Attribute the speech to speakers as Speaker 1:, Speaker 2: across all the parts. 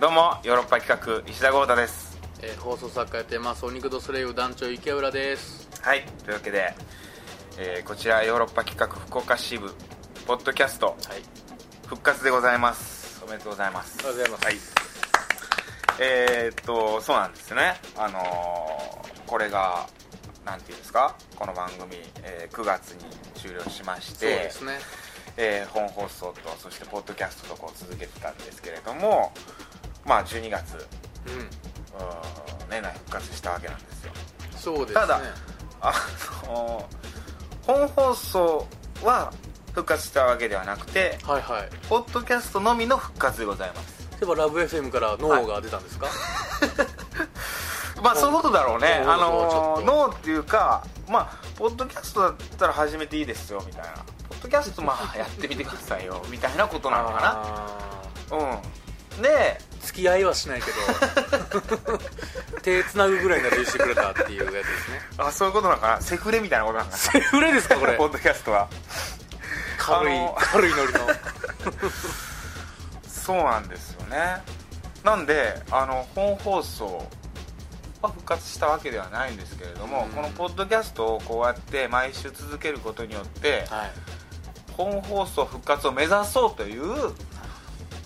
Speaker 1: どうもヨーロッパ企画石田豪太です
Speaker 2: えー放送作家やってますお肉とスレイユ団長池浦です
Speaker 1: はいというわけで、えーこちらヨーロッパ企画福岡支部ポッドキャスト
Speaker 2: はい
Speaker 1: 復活でございますおめでとうございます
Speaker 2: ありがとうございます
Speaker 1: はいえーっとそうなんですねあのーこれがなんていうんですかこの番組、えー9月に終了しまし
Speaker 2: そうで
Speaker 1: て
Speaker 2: すね
Speaker 1: えー本放送とそしてポッドキャストとこう続けてたんですけれどもまあ12月
Speaker 2: うん
Speaker 1: うーん年内復活したわけなんですよ
Speaker 2: そうですね
Speaker 1: ただあの本放送は復活したわけではなくて
Speaker 2: はいはい
Speaker 1: ポッドキャストのみの復活でございます
Speaker 2: 例えばラブ FM から脳が出たんですか、
Speaker 1: まあそういうことだろうね
Speaker 2: そう
Speaker 1: あ
Speaker 2: ちょっ
Speaker 1: の
Speaker 2: と
Speaker 1: ノーっていうかまあポッドキャストだったら始めていいですよみたいなポッドキャストまあやってみてくださいよみたいなことなのか
Speaker 2: あー
Speaker 1: なうんで
Speaker 2: 付き合いはしないけ ど手つなぐぐらいなら許してくれたっていうやつですね
Speaker 1: あそういうことなのかなセフレみたいなことなのかな
Speaker 2: セフレですか これ
Speaker 1: ポッドキャストは
Speaker 2: 軽い
Speaker 1: あの
Speaker 2: 軽いノリの
Speaker 1: そうなんですよねなんであの本放送は復活したわけではないんですけれども、
Speaker 2: うん
Speaker 1: このポッドキャストをこうやって毎週続けることによって
Speaker 2: はい
Speaker 1: 本放送復活を目指そうという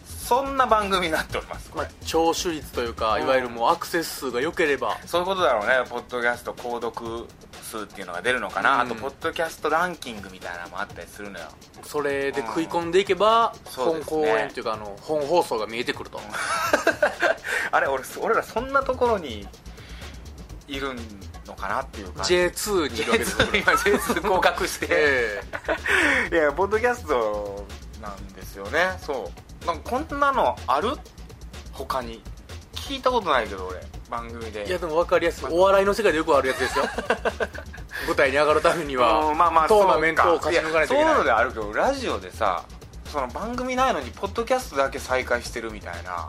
Speaker 1: そんな番組になっております
Speaker 2: まあ聴取率というかいわゆるもうアクセス数が良ければ
Speaker 1: そういうことだろうねポッドキャスト購読数っていうのが出るのかな、
Speaker 2: うん
Speaker 1: あとポッドキャストランキングみたいなのもあったりするのよ
Speaker 2: それで食い込んでいけば
Speaker 1: そう
Speaker 2: 本
Speaker 1: ですね
Speaker 2: 公演というかあの本放送が見えてくると
Speaker 1: あれ俺俺らそんなところにいるのかなっていう感じ
Speaker 2: J2 にいるわけですよ
Speaker 1: J2 今 J2 合格して
Speaker 2: ええ
Speaker 1: いやポッドキャストなんですよねそうなんかこんなのある他に聞いたことないけど俺番組で
Speaker 2: いやでも分かりやすいお笑いの世界でよくあるや つですよ舞台に上がるためには
Speaker 1: うんまあまあ
Speaker 2: トーナメントを勝ち抜かないとい
Speaker 1: やそう
Speaker 2: け
Speaker 1: いう
Speaker 2: な
Speaker 1: の
Speaker 2: い
Speaker 1: であるけどラジオでさその番組ないのにポッドキャストだけ再開してるみたいな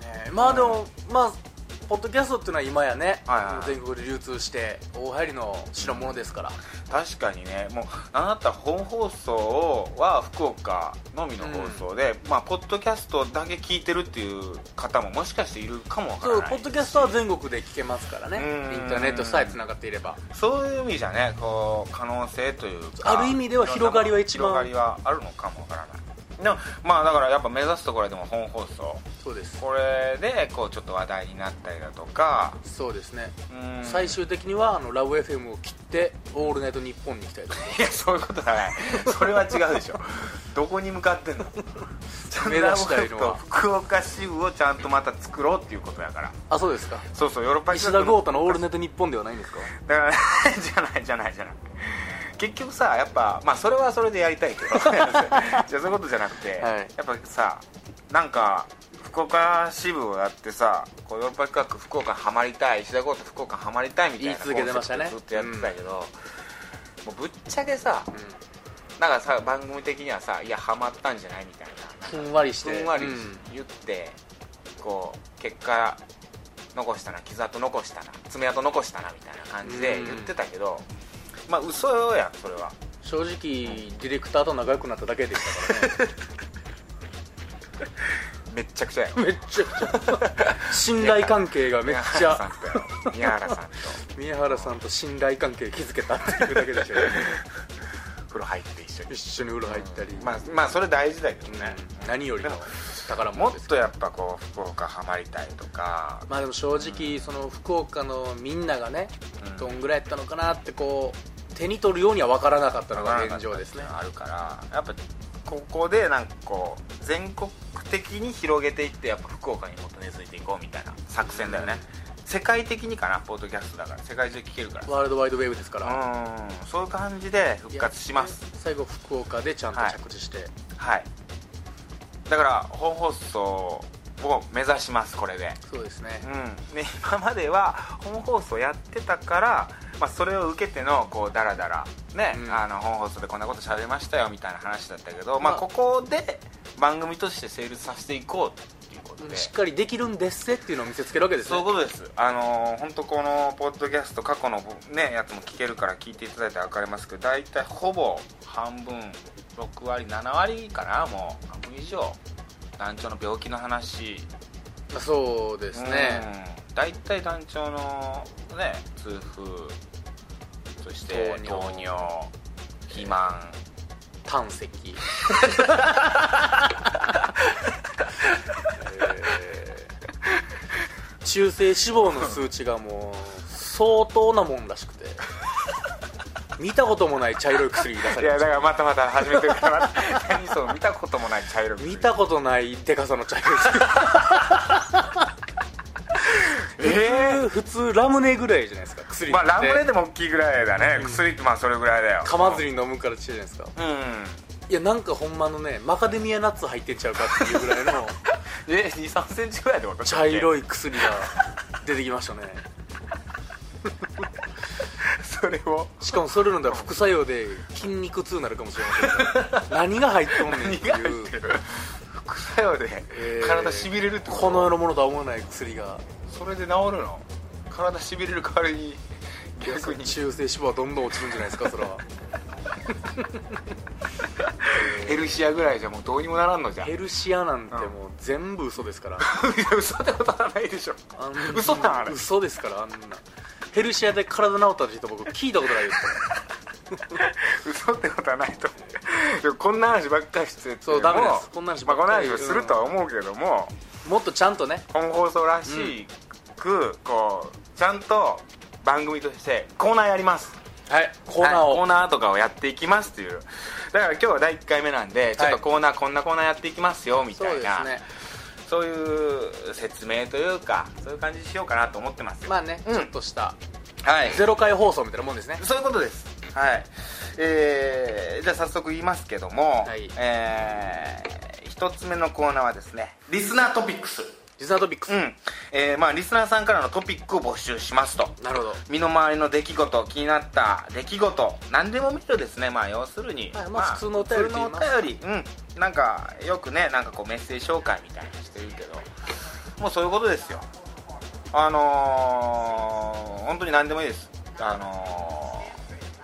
Speaker 2: ねえまあでもまあポッドキャストっていうのは今やね、
Speaker 1: はいはいはい
Speaker 2: 全国で流通して大流行りの代物ですから、
Speaker 1: 確かにねもうあなた本放送は福岡のみの放送で、まあポッドキャストだけ聞いてるっていう方ももしかしているかもわか
Speaker 2: そ
Speaker 1: ら
Speaker 2: う
Speaker 1: ない
Speaker 2: ポッドキャストは全国で聞けますからね
Speaker 1: うん
Speaker 2: インターネットさえつながっていれば
Speaker 1: そういう意味じゃねこう可能性というか
Speaker 2: ある意味ではい
Speaker 1: ろんな
Speaker 2: 広がりは一番
Speaker 1: 広がりはあるのかもわからないでもまあだからやっぱ目指すところはでも本放送
Speaker 2: そうです
Speaker 1: これでこうちょっと話題になったりだとか
Speaker 2: そうですね、
Speaker 1: うん
Speaker 2: 最終的にはあのラブ f m を切って「オールナイトニッポン」に行きたいと思いま
Speaker 1: いやそういうことだねそれは違うで しょどこに向かってんの
Speaker 2: 目指したいのは
Speaker 1: 福岡支部をちゃんとまた作ろうっていうことやから
Speaker 2: すあそうですか
Speaker 1: そうそうヨーロッパ
Speaker 2: 石田豪
Speaker 1: 企
Speaker 2: 太の「オールナイトニッポン」ではないんですか
Speaker 1: 画だから じゃないじゃないじゃない結局さやっぱまあそれはそれでやりた いけどじゃあそういうことじゃなくて、
Speaker 2: はい
Speaker 1: やっぱさなんか福岡支部をやってさこうヨーロッパ企画福岡ハマりたい石田豪太福岡ハマりたいみたいな
Speaker 2: 言い続けてましたね
Speaker 1: コンセプトずっとやってたけど、もうぶっちゃけさなんかさ番組的にはさいやハマったんじゃないみたいな
Speaker 2: ふんわりして
Speaker 1: ふんわり
Speaker 2: うん
Speaker 1: 言って、こう結果残したな傷跡残したな爪痕残したなみたいな感じで
Speaker 2: うん
Speaker 1: 言ってたけど、まあ嘘やんそれは
Speaker 2: 正直ディレクターと仲良くなっただけでしたからね
Speaker 1: めっちゃくちゃや ろ
Speaker 2: めっちゃくちゃ信頼関係がめっちゃ
Speaker 1: 宮原 さんとやろ宮原さんと
Speaker 2: 宮原さんと信頼関係築けたっていうだけでしたよね
Speaker 1: 風呂入って一緒に
Speaker 2: 一緒に風呂入ったり、
Speaker 1: まあまあそれ大事だけどね、
Speaker 2: うん何よりの宝
Speaker 1: も
Speaker 2: 物
Speaker 1: っ
Speaker 2: です
Speaker 1: とやっぱこう福岡ハマりたいとか、
Speaker 2: まあでも正直その福岡のみんながね
Speaker 1: うん
Speaker 2: どんぐらいやったのかなってこう手に取るようには分からなかったの
Speaker 1: わ
Speaker 2: が
Speaker 1: らなか
Speaker 2: 現
Speaker 1: った
Speaker 2: 状
Speaker 1: って
Speaker 2: で
Speaker 1: い
Speaker 2: す
Speaker 1: う
Speaker 2: ね
Speaker 1: のがあるからやっぱここでなんかこう全国的に広げていってやっぱ福岡にもっと根付いていこうみたいな作戦だよね、世界的にかなポッドキャストだから世界中聞けるから
Speaker 2: ワールドワイドウェーブですから
Speaker 1: うんそういう感じで復活します
Speaker 2: 最後福岡でちゃんと
Speaker 1: はい
Speaker 2: 着地して、
Speaker 1: はいだから本放送を目指しますこれで
Speaker 2: そうですね
Speaker 1: うん、ね今までは本放送やってたから、まあ、それを受けてのこうダラダラね、
Speaker 2: うん
Speaker 1: あの本放送でこんなこと喋りましたよみたいな話だったけど、まあ、
Speaker 2: まあ
Speaker 1: ここで番組として成立させていこうということで
Speaker 2: しっかりできるんですぜっていうのを見せつけるわけです
Speaker 1: そういう
Speaker 2: ね
Speaker 1: ことですあの本当このポッドキャスト過去の、ね、やつも聞けるから聞いていただいて分かりますけど大体ほぼ半分6割7割かなもう半分以上団長の病気の話
Speaker 2: そうですね、
Speaker 1: うん大体団長のね痛風そして
Speaker 2: 糖
Speaker 1: 糖
Speaker 2: 尿
Speaker 1: 尿肥満
Speaker 2: 胆石えー中性脂肪の数値がもう相当なもんらしくて見たこともない茶色い薬出さ
Speaker 1: い
Speaker 2: れ
Speaker 1: やだ
Speaker 2: ました
Speaker 1: からまたまた始めてるから 何その見たこともない茶色
Speaker 2: 見たことないでかさの茶色い
Speaker 1: え
Speaker 2: 薬普通ラムネぐらいじゃないですか薬
Speaker 1: え
Speaker 2: って、
Speaker 1: まあラムネでも大きいぐらいだね、
Speaker 2: うん
Speaker 1: 薬ってまあそれぐらいだよ
Speaker 2: 噛まずに飲むからちっちゃいじゃないですか
Speaker 1: うん
Speaker 2: いやなんかほんまのねマカデミアナッツ入ってんちゃうかっていうぐらいの
Speaker 1: え2 3センチぐらいってこと
Speaker 2: 茶色
Speaker 1: い
Speaker 2: い薬が出てきましたね
Speaker 1: それを
Speaker 2: しかもそれ飲んだら副作用で筋肉痛になるかもしれませんから何が入っとんねんって
Speaker 1: 苦いっ
Speaker 2: いう
Speaker 1: てる副作用で
Speaker 2: えー
Speaker 1: 体しびれるってこと
Speaker 2: この世のものとは思わない薬が
Speaker 1: それで治るの体しびれる代わりに逆に
Speaker 2: 中性脂肪はどんどん落ちるんじゃないですかそれは
Speaker 1: ヘルシアぐらいじゃもうどうにもならんのじゃん
Speaker 2: ヘルシアなんてもう全部嘘ですから
Speaker 1: いや嘘ってことはないでしょ
Speaker 2: あんな
Speaker 1: 嘘なんあれ
Speaker 2: 嘘ですからあんなヘルシアで体治ったって人僕聞いたことないですから
Speaker 1: 嘘ってことはないと思うでもこんな話ばっかりしてても
Speaker 2: そうダメですこんな話
Speaker 1: ま
Speaker 2: ば
Speaker 1: あこ
Speaker 2: っ
Speaker 1: んな
Speaker 2: かり
Speaker 1: 話をするとは思うけども、
Speaker 2: もっとちゃんとね
Speaker 1: 本放送らしく、こうちゃんと番組としてコーナーやります
Speaker 2: はいコーナー
Speaker 1: はい
Speaker 2: を、
Speaker 1: コーナーとかをやっていきますっていうだから今日は第1回目なんでちょっとコーナー、こんなコーナーやっていきますよみた
Speaker 2: そう
Speaker 1: い
Speaker 2: で
Speaker 1: な
Speaker 2: すね
Speaker 1: そういう説明というかそういう感じにしようかなと思ってますよ、
Speaker 2: まあね、
Speaker 1: うん
Speaker 2: ちょっとした
Speaker 1: はい
Speaker 2: ゼロ回放送みたいなもんですね
Speaker 1: そういうことですはいえー、じゃあ早速言いますけども、
Speaker 2: はい
Speaker 1: えー、一つ目のコーナーはですねリスナートピックス
Speaker 2: リスナートピックス、
Speaker 1: うんえー、まあリスナーさんからのトピックを募集しますと
Speaker 2: なるほど
Speaker 1: 身の回りの出来事気になった出来事何でも見るですねまあ要するに、
Speaker 2: はいまあ普通のお便りと
Speaker 1: 普通の
Speaker 2: 言います
Speaker 1: お便りうんなんかよくねなんかこうメッセージ紹介みたいにしてるけどもうそういうことですよあのー、本当に何でもいいですあの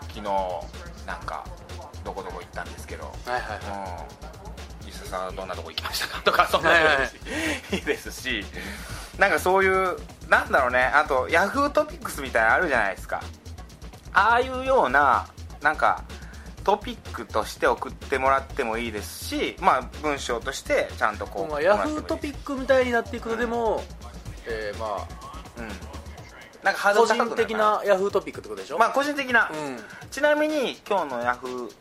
Speaker 1: ー、昨日なんかどこどこ行ったんですけど
Speaker 2: はいはいは
Speaker 1: う
Speaker 2: い
Speaker 1: ん、伊佐さんはどんなとこ行きましたかと かそんなのもい
Speaker 2: はいはい
Speaker 1: いしいいですしなんかそういうなんだろうねあとヤフートピックスみたいなのあるじゃないですかああいうようななんかトピックとして送ってもらってもいいですしまあ文章としてちゃんとこ
Speaker 2: 今
Speaker 1: う
Speaker 2: 後ヤフートピ
Speaker 1: ッ
Speaker 2: ックみたいになっていくとでも、えーま
Speaker 1: ク、うん、なんかハ
Speaker 2: あ
Speaker 1: ード
Speaker 2: 個
Speaker 1: ル高く
Speaker 2: 人
Speaker 1: るか
Speaker 2: 的なヤフートピックってことでしょ
Speaker 1: まあ個人的な、
Speaker 2: うん
Speaker 1: ちなみに今日のヤフー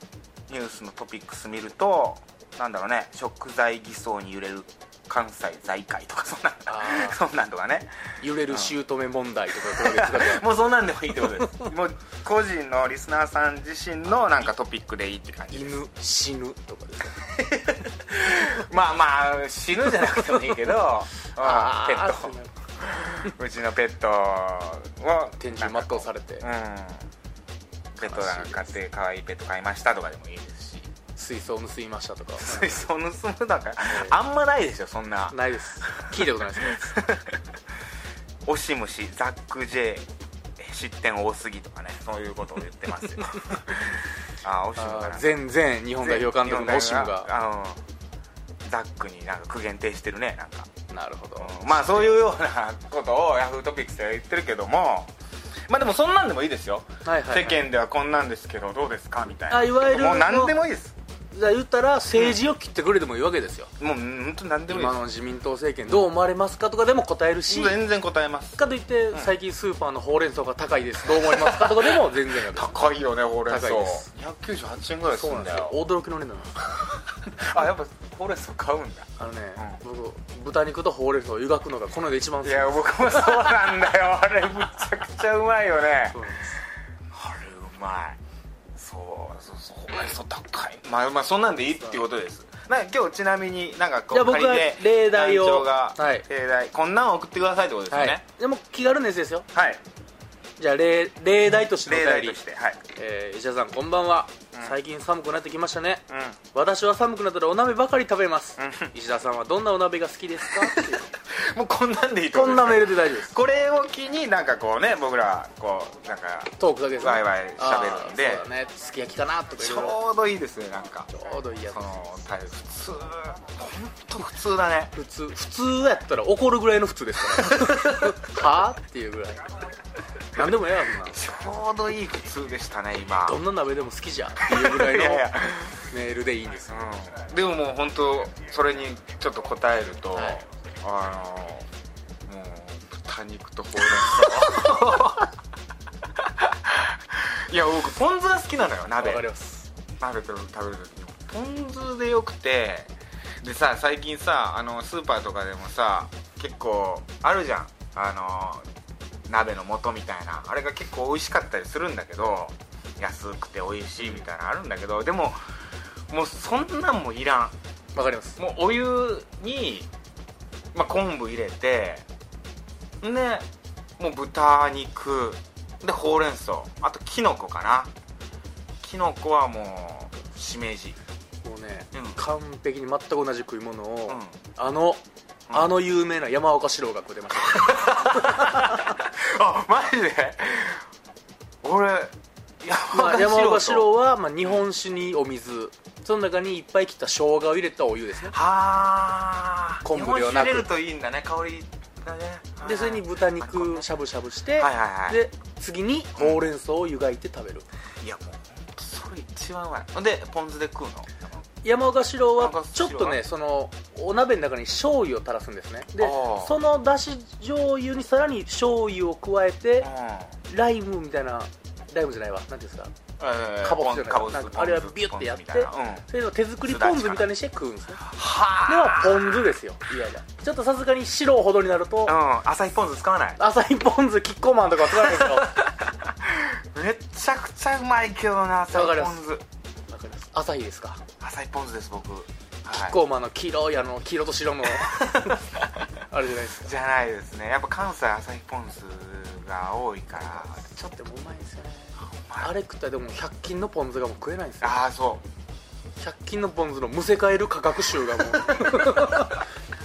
Speaker 1: ニュースのトピックス見るとなんだろうね食材偽装に揺れる関西財界とかそんな
Speaker 2: あ
Speaker 1: そんなんとかね
Speaker 2: 揺れる姑問題とかこれです か
Speaker 1: もうそんなんでもいいってことですもう個人のリスナーさん自身のなんかトピックでいいって感じ
Speaker 2: 犬死ぬとかですか
Speaker 1: まあまあ死ぬじゃなくてもいいけどうんペッ
Speaker 2: ーそうなる
Speaker 1: トうちのペットを
Speaker 2: 天井全うされて
Speaker 1: うんペットなんか買って可愛いペット買いましたとかでもいいですし
Speaker 2: 水槽を盗みましたとか
Speaker 1: 水槽盗むだからあんまないでしょそんな
Speaker 2: ないです聞いたことない ですね
Speaker 1: オシムシザック・ジェイ失点多すぎとかねそういうことを言って ますよああオシム
Speaker 2: あ
Speaker 1: が
Speaker 2: ー全然日本代表監督のオシムが
Speaker 1: あのザックになんか苦言呈してるねなんか、
Speaker 2: なるほど
Speaker 1: うんまあそういうようなことをヤフートピックスでは言ってるけどもまあでもそんなんでもいいですよ、
Speaker 2: はいはいはい
Speaker 1: 世間ではこんなんですけどどうですかみたいな
Speaker 2: あいわゆる
Speaker 1: もう何でもいいです
Speaker 2: じゃあ言ったら政治を切ってくれてもいいわけですよ
Speaker 1: もう本当何でもいい
Speaker 2: 今
Speaker 1: で
Speaker 2: の自民党政権どう思われますかとかでも答える
Speaker 1: す
Speaker 2: し
Speaker 1: 全然答えます
Speaker 2: かといって最近スーパーのほうれん草が高いですどう思いますかとかでも全然 やる
Speaker 1: 高いよねほうれん草
Speaker 2: 高いです
Speaker 1: 198円ぐらいす
Speaker 2: そう
Speaker 1: る
Speaker 2: なん
Speaker 1: ん
Speaker 2: で
Speaker 1: だ
Speaker 2: すよ
Speaker 1: よ
Speaker 2: 驚きの値段なんです
Speaker 1: あやっぱほうれん草買うんだ
Speaker 2: あのね、僕豚肉とほうれん草を湯がくのがこの世で一番好
Speaker 1: い
Speaker 2: きな
Speaker 1: や
Speaker 2: んです
Speaker 1: 僕もそうなんだよ あれむちゃくちゃうまいよね
Speaker 2: そうなんです
Speaker 1: あれうまいそうそうそうほうれん草高いまあまあそんなんでいいっていうことですなんか今日ちなみになんかこ
Speaker 2: いや
Speaker 1: う
Speaker 2: 僕は
Speaker 1: 仮で
Speaker 2: 例題を
Speaker 1: 団長が、
Speaker 2: はい
Speaker 1: 例題こんなん送ってくださいってことですよ
Speaker 2: はい
Speaker 1: ね、
Speaker 2: でも気軽なやつですよ
Speaker 1: はい、
Speaker 2: じゃあ例例題としての
Speaker 1: 例
Speaker 2: お
Speaker 1: 題
Speaker 2: 便
Speaker 1: と
Speaker 2: り
Speaker 1: してはい
Speaker 2: えー石田さんこんばんは最近寒くなってきましたね
Speaker 1: うん
Speaker 2: 私は寒くなったらお鍋ばかり食べます
Speaker 1: うん
Speaker 2: 石田さんはどんなお鍋が好きです かっていう
Speaker 1: もうこんなんでいいと
Speaker 2: こ
Speaker 1: 思うんです
Speaker 2: なメールで大丈夫です
Speaker 1: これを機になんかこうね僕らこうなんか
Speaker 2: トークだけですね
Speaker 1: ワイワイ喋るんで
Speaker 2: あーそうだねすき焼きかなとかい
Speaker 1: ち
Speaker 2: ろいろ
Speaker 1: ょうどいいですねなんか
Speaker 2: ちょうどいいや
Speaker 1: そのタイル普通本当普通だね
Speaker 2: つ普通普通やったら怒るぐらいの普通ですから はあっていうぐらい何でもええわそんな
Speaker 1: ちょうどいい普通でしたね今
Speaker 2: どんな鍋でも好きじゃんっていうぐ らい
Speaker 1: い
Speaker 2: の
Speaker 1: やいや
Speaker 2: メールでいいんですよ
Speaker 1: うんでももう本当それにちょっと答えると、
Speaker 2: はい
Speaker 1: あのもう豚肉とほうれん草 いや僕ポン酢が好きなのよ
Speaker 2: わ
Speaker 1: 鍋
Speaker 2: かります
Speaker 1: 鍋と食べる時にポン酢でよくてでさ最近さあのスーパーとかでもさ結構あるじゃんあの鍋の素みたいなあれが結構美味しかったりするんだけど安くて美味しいみたいなのあるんだけどでももうそんなんもいらん
Speaker 2: わかります
Speaker 1: もうお湯に、まあ、昆布入れてでもう豚肉でほうれん草あときのこかなきのこはもうしめじ
Speaker 2: もうね
Speaker 1: うん
Speaker 2: 完璧に全く同じ食い物を、
Speaker 1: うん
Speaker 2: あの
Speaker 1: うん
Speaker 2: あの有名な山岡四郎が食ってました
Speaker 1: あマジで俺
Speaker 2: まあ、山
Speaker 1: 山
Speaker 2: 岡
Speaker 1: 岡
Speaker 2: 四
Speaker 1: 四
Speaker 2: 郎
Speaker 1: 郎と
Speaker 2: はまあ日本酒にお水その中にいっぱい切った生姜を入れたお湯ですね
Speaker 1: はあ
Speaker 2: 昆布ではな
Speaker 1: 日本
Speaker 2: く
Speaker 1: 酒入れるといいんだね香りがね
Speaker 2: でそれに豚肉しゃぶしゃぶして
Speaker 1: はいはいはい
Speaker 2: で次にほうれん草を湯がいて食べる
Speaker 1: いやもうほんとそれ一番うまいほんでポン酢で食うの
Speaker 2: 山岡四郎は
Speaker 1: 山岡四
Speaker 2: ちょ
Speaker 1: 郎
Speaker 2: っ
Speaker 1: は
Speaker 2: とねそのお鍋の中に醤油を垂らすんですねで
Speaker 1: あー
Speaker 2: そのだし醤油にさらに醤油を加えてライムみたいなライムじゃないわなんていうんですか
Speaker 1: うん
Speaker 2: かぼすじゃない
Speaker 1: かぼす
Speaker 2: なんかあれはビュッてやって
Speaker 1: ポン酢みたいなうん
Speaker 2: それの手作りポン酢みたいにして食うんですねでは
Speaker 1: は
Speaker 2: ポン酢ですよいやいやちょっとさすがに白ほどになると
Speaker 1: あうん朝日ポン酢使わない
Speaker 2: 朝日ポン酢キッコーマンとかは使わないです よ
Speaker 1: めっちゃくちゃうまいけどな朝
Speaker 2: わかり
Speaker 1: 日ポ
Speaker 2: ます
Speaker 1: ン酢
Speaker 2: わかります朝日ですか、
Speaker 1: 朝日ポン酢です僕はい
Speaker 2: キッコーマンの黄色いあの黄色と白の あれじゃないですか
Speaker 1: じゃないですねやっぱ関西朝日ポン酢が多いから
Speaker 2: ちょっともううまいですよね
Speaker 1: まい
Speaker 2: あれ食ったらでも100均のポン酢がもう食えないんですよ
Speaker 1: ああそう
Speaker 2: 100均のポン酢のむせ返る価格臭 がもう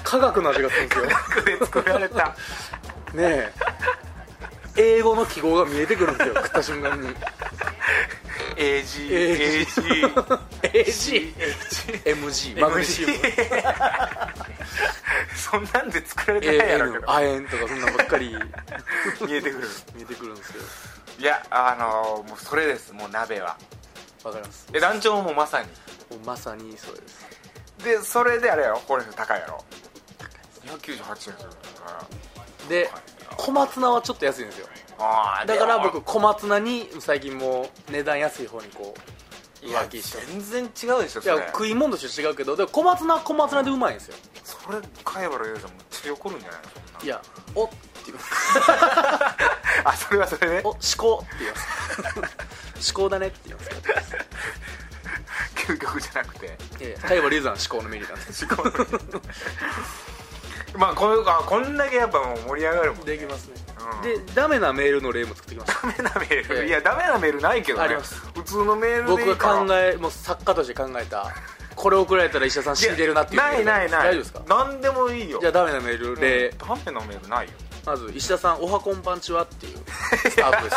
Speaker 2: 科学の味がするんですよね
Speaker 1: 服で作られた
Speaker 2: え英語の記号が見えてくるんですよ食った瞬間に
Speaker 1: AGAGMG
Speaker 2: AGMG マグネシウム
Speaker 1: そんなんで作られてないやろうけ
Speaker 2: AN 亜鉛とかそんなんばっかり
Speaker 1: ど見えてくる
Speaker 2: 見えてくるんですよ
Speaker 1: いやあのーもうそれですもう鍋は
Speaker 2: わかります
Speaker 1: え団長もまさに
Speaker 2: もうまさにそうです
Speaker 1: でそれであれやろこれ高いやろ298円するから
Speaker 2: で小松菜はちょっと安いんですよ
Speaker 1: あー
Speaker 2: だから
Speaker 1: でも
Speaker 2: 僕小松菜に最近もう値段安い方にこう
Speaker 1: いや
Speaker 2: 浮気して
Speaker 1: 全然違うでしょ
Speaker 2: い
Speaker 1: それ
Speaker 2: や食い物として違うけどでも小松菜は小松菜でうまいんですよ
Speaker 1: それ貝原優さんむっちゃ怒るんじゃないのそんない
Speaker 2: やおっていう
Speaker 1: あそれはそれで
Speaker 2: お思考って言います 思考だねって言いますけど
Speaker 1: 究極じゃなくて
Speaker 2: いやいや海馬流産思考のメリーなんです
Speaker 1: 思考のまあこのあこんだけやっぱもう盛り上がるもん
Speaker 2: できますね、
Speaker 1: うん
Speaker 2: でダメなメールの例も作ってきました
Speaker 1: ダメなメー
Speaker 2: ええ
Speaker 1: ルいやダメなメールないけど
Speaker 2: あり
Speaker 1: ね
Speaker 2: ます
Speaker 1: 普通のメールで
Speaker 2: 僕
Speaker 1: い
Speaker 2: が
Speaker 1: いから
Speaker 2: 考えもう作家として考えたこれ送られたら石田さん死んでるなっていう
Speaker 1: やないないない
Speaker 2: 大丈夫ですか
Speaker 1: 何でもいいよ
Speaker 2: じゃあダメなメール例、
Speaker 1: うんダメなメールないよ
Speaker 2: まず石田さん「おはこんぱんち は」っていうスタートです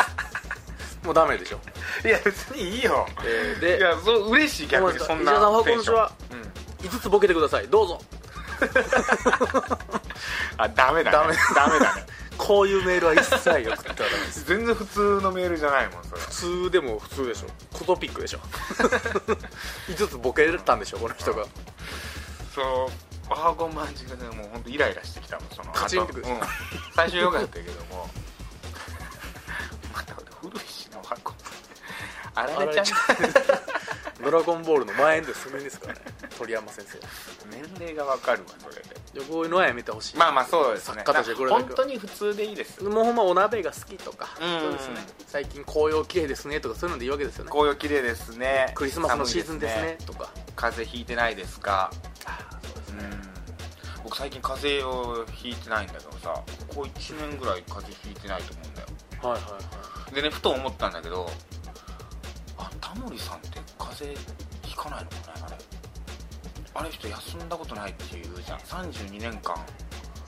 Speaker 2: もうダメでしょ、
Speaker 1: いや別にいいよ
Speaker 2: えー
Speaker 1: い
Speaker 2: で
Speaker 1: やそう嬉しい逆にそんな
Speaker 2: 石田さんおは
Speaker 1: テ
Speaker 2: こん
Speaker 1: ン
Speaker 2: ち
Speaker 1: ション
Speaker 2: は
Speaker 1: うん
Speaker 2: 5つボケてくださいどうぞ
Speaker 1: あダメだね
Speaker 2: ダ
Speaker 1: ダメ
Speaker 2: メ
Speaker 1: だね
Speaker 2: こういうメールは一切送ったらダメです
Speaker 1: 全然普通のメールじゃないもんそれ
Speaker 2: 普通でも普通でしょコトピックで しょ5つボケたんでしょこの人が
Speaker 1: そうおはこんばんちがねもう本当イライラしてきたもんその
Speaker 2: カチンっ
Speaker 1: 後
Speaker 2: てく
Speaker 1: う
Speaker 2: る
Speaker 1: ん最初良かったけども また古いしなおはこんあられちゃん
Speaker 2: 「ドラゴンボール」の前でそれですからね鳥山先生
Speaker 1: 年齢がわかるわそれで
Speaker 2: いやこういうのはやめてほしい、
Speaker 1: まあまあそうですね
Speaker 2: 作家としてこれだけは
Speaker 1: 本当に普通でいいです
Speaker 2: もうほんまお鍋が好きとか
Speaker 1: うん
Speaker 2: そうですね最近紅葉綺麗ですねとかそういうのでいいわけですよね
Speaker 1: 紅葉綺麗ですね
Speaker 2: クリスマスのシーズンですね
Speaker 1: 寒い
Speaker 2: とか
Speaker 1: 風邪ひいてないですか
Speaker 2: そうです
Speaker 1: う
Speaker 2: ね
Speaker 1: ん僕最近風邪をひいてないんだけどさここ1年ぐらい風邪ひいてないと思うんだよ
Speaker 2: はいはいはい
Speaker 1: でねふと思ったんだけどあタモリさんって風風邪ひかないのかねあれあれ人休んだことないっていうじゃん32年間、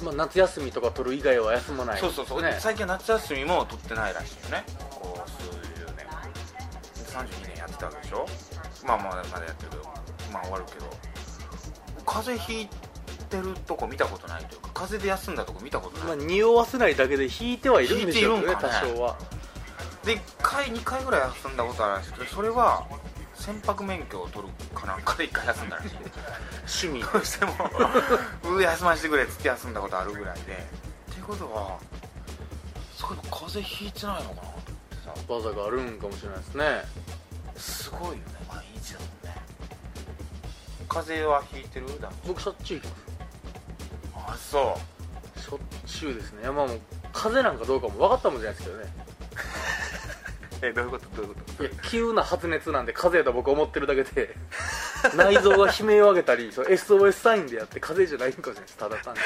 Speaker 2: まあ、夏休みとか取る以外は休まない
Speaker 1: そうそうそう、
Speaker 2: ね
Speaker 1: 最近は夏休みも取ってないらしいよねこう数十年32年やってたわけでしょまあまあまだやってるけどまあ終わるけど風邪ひいてるとこ見たことないというか風邪で休んだとこ見たことない
Speaker 2: まあ、匂わせないだけで引いてはいるんでしょうけどね
Speaker 1: 引いているん
Speaker 2: 多
Speaker 1: かね
Speaker 2: 少は
Speaker 1: で1回2回ぐらい休んだことあるらしくてそれは船舶免許を取るかなんかで1回休んだらしい
Speaker 2: 趣味
Speaker 1: どうしても 「うー休ませてくれ」っつって休んだことあるぐらいでっていうことはそういえば風邪ひいてないのかなと思って
Speaker 2: 技があるんかもしれないですね
Speaker 1: さすごいよね毎日だもんね風邪はひいてるだもん
Speaker 2: 僕しょっちゅう行きま
Speaker 1: あそ
Speaker 2: すしょっちゅうですねまあもう風邪なんかどうかも分かったもんじゃないですけどね
Speaker 1: うえどういうことどういうこと
Speaker 2: いや急な発熱なんで風邪だと僕思ってるだ けで内臓が悲鳴を上げたりそう SOS サインでやって風邪じゃないんかもしれないですただ 単に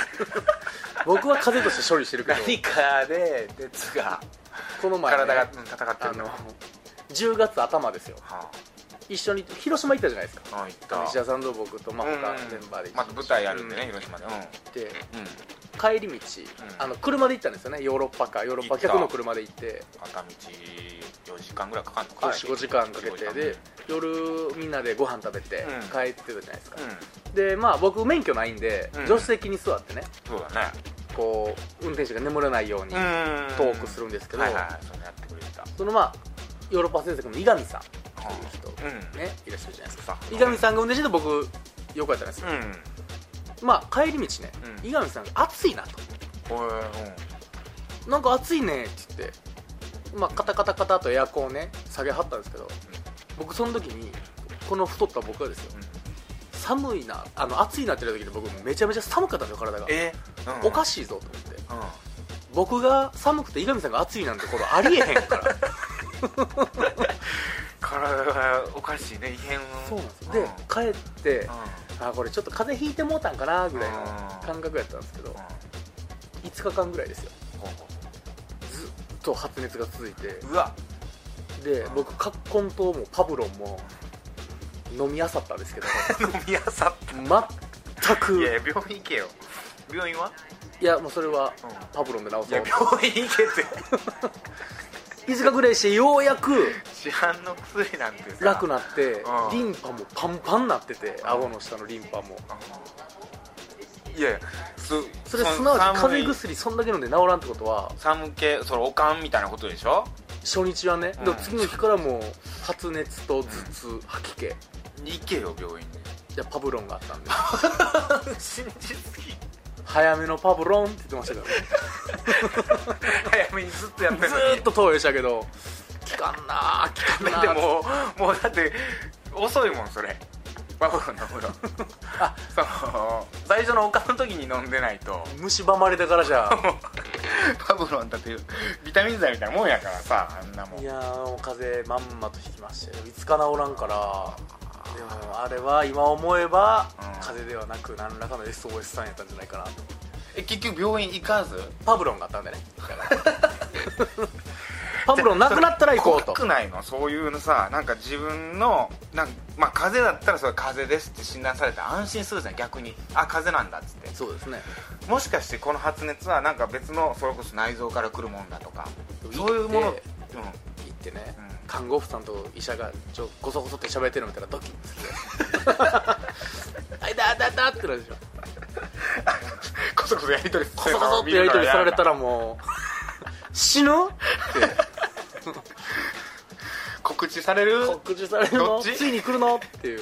Speaker 2: 僕は風邪として処理してるけど
Speaker 1: 何かで熱が
Speaker 2: この前、ね、
Speaker 1: 体がうん戦って
Speaker 2: あ
Speaker 1: るの
Speaker 2: の
Speaker 1: は
Speaker 2: 10月頭ですよ
Speaker 1: あ
Speaker 2: 一緒に広島行ったじゃないですか
Speaker 1: あいった
Speaker 2: 西田さんと僕とまあ
Speaker 1: うん
Speaker 2: 他メンバーで
Speaker 1: また舞台やるんでね、
Speaker 2: うん
Speaker 1: 広島でうん
Speaker 2: で
Speaker 1: うん
Speaker 2: 帰り道あの車で行ったんですよねヨーロッパかヨーロッパ客の車で行って
Speaker 1: 片道4時間ぐらいかかるのか
Speaker 2: 45時間かけてで夜みんなでご飯食べて
Speaker 1: うん
Speaker 2: 帰ってたじゃないですか
Speaker 1: うん
Speaker 2: でまあ僕免許ないんで
Speaker 1: うん
Speaker 2: 助手席に座ってね
Speaker 1: そうだね
Speaker 2: こう運転手が眠らないように
Speaker 1: うん
Speaker 2: トークするんですけど
Speaker 1: はいはいそれやってくれてた
Speaker 2: そのまあヨーロッパ制作の伊上さん
Speaker 1: うん
Speaker 2: という人
Speaker 1: うん
Speaker 2: ねいらっしゃるじゃないですか
Speaker 1: さ
Speaker 2: 伊上さんが運転してて僕横やったんですよ
Speaker 1: うん
Speaker 2: まあ帰り道ね
Speaker 1: うん
Speaker 2: 伊上さんが暑いなと
Speaker 1: おい
Speaker 2: なんか暑いねって言って、まあ、カタカタカタとエアコンをね下げはったんですけど、僕その時にこの太った僕がですよ寒いなあの暑いなって言った時に僕もうめちゃめちゃ寒かったんですよ体が
Speaker 1: え
Speaker 2: おか
Speaker 1: しい
Speaker 2: しいぞと思って僕が寒くて井上さんが暑いなんてことありえへんから
Speaker 1: 体がおかしいね異変
Speaker 2: そうなんですよで帰ってあこれちょっと風邪ひいてもうたんかなぐらいの感覚やったんですけど5日間ぐらいですよずっと発熱が続いて
Speaker 1: うわ
Speaker 2: で僕カッコン糖もパブロンも飲みあさったんですけど
Speaker 1: 飲みあさっ
Speaker 2: 全
Speaker 1: た
Speaker 2: く
Speaker 1: いや病院行けよ病院はい
Speaker 2: やもうそれは
Speaker 1: うん
Speaker 2: パブロンで治
Speaker 1: い
Speaker 2: そ
Speaker 1: や
Speaker 2: う
Speaker 1: 病院行けって
Speaker 2: 5日ぐらいしてようやく
Speaker 1: 市販の薬なんてさ
Speaker 2: 楽なって
Speaker 1: うん
Speaker 2: リンパもパンパンなってて顎の下のリンパも
Speaker 1: いやいやそ
Speaker 2: それすなわち風
Speaker 1: 寒い
Speaker 2: 邪薬そんだけ飲んで治らんってことは
Speaker 1: 寒気それおかんみたいなことでしょ
Speaker 2: 初日はね
Speaker 1: うん
Speaker 2: でも次の日からもう発熱と頭痛吐き気
Speaker 1: 行けよ病院に
Speaker 2: じゃパブロンがあったんで
Speaker 1: 信じすぎ
Speaker 2: 早めのパブロンって言ってましたけどね
Speaker 1: 早めにずっとやってる
Speaker 2: ず
Speaker 1: のに
Speaker 2: ーっと投与したけど効かんなー効かんな
Speaker 1: だ
Speaker 2: ー
Speaker 1: ってもうもうだって遅いもんそれバブロンの風呂
Speaker 2: あ
Speaker 1: その最初のおかんの時に飲んでないと
Speaker 2: 蝕まれたからじゃあ
Speaker 1: バブロンだってビタミン剤みたいなもんやからさあんなもん
Speaker 2: いやーもう風邪まんまと引きましていつか治らんからでもあれは今思えば、
Speaker 1: うん
Speaker 2: 風邪ではなく何らかの SOS さんやったんじゃないかなと
Speaker 1: え結局病院行かず
Speaker 2: パブロンがあったんでね パブロンなくなったら行こうと
Speaker 1: 怖くないのそういうのさなんか自分のなんかまあ風邪だったらそれ風邪ですって診断されたら安心するじゃん逆にあ風邪なんだっつって
Speaker 2: そうですね
Speaker 1: もしかしてこの発熱はなんか別のそれこそ内臓から来るもんだとかそういうもの、うん
Speaker 2: 行って、行ってね、
Speaker 1: うん
Speaker 2: 看護婦さんと医者がちょごそごそって喋ってるの見たらドキッつ って「あいだあだあだ」ってなるでしょ
Speaker 1: こそこそやりとり
Speaker 2: こそこそってやり取りされたらもう 死ぬ
Speaker 1: 告知される
Speaker 2: 告知される
Speaker 1: ど
Speaker 2: の
Speaker 1: っち
Speaker 2: ついに来るのっていう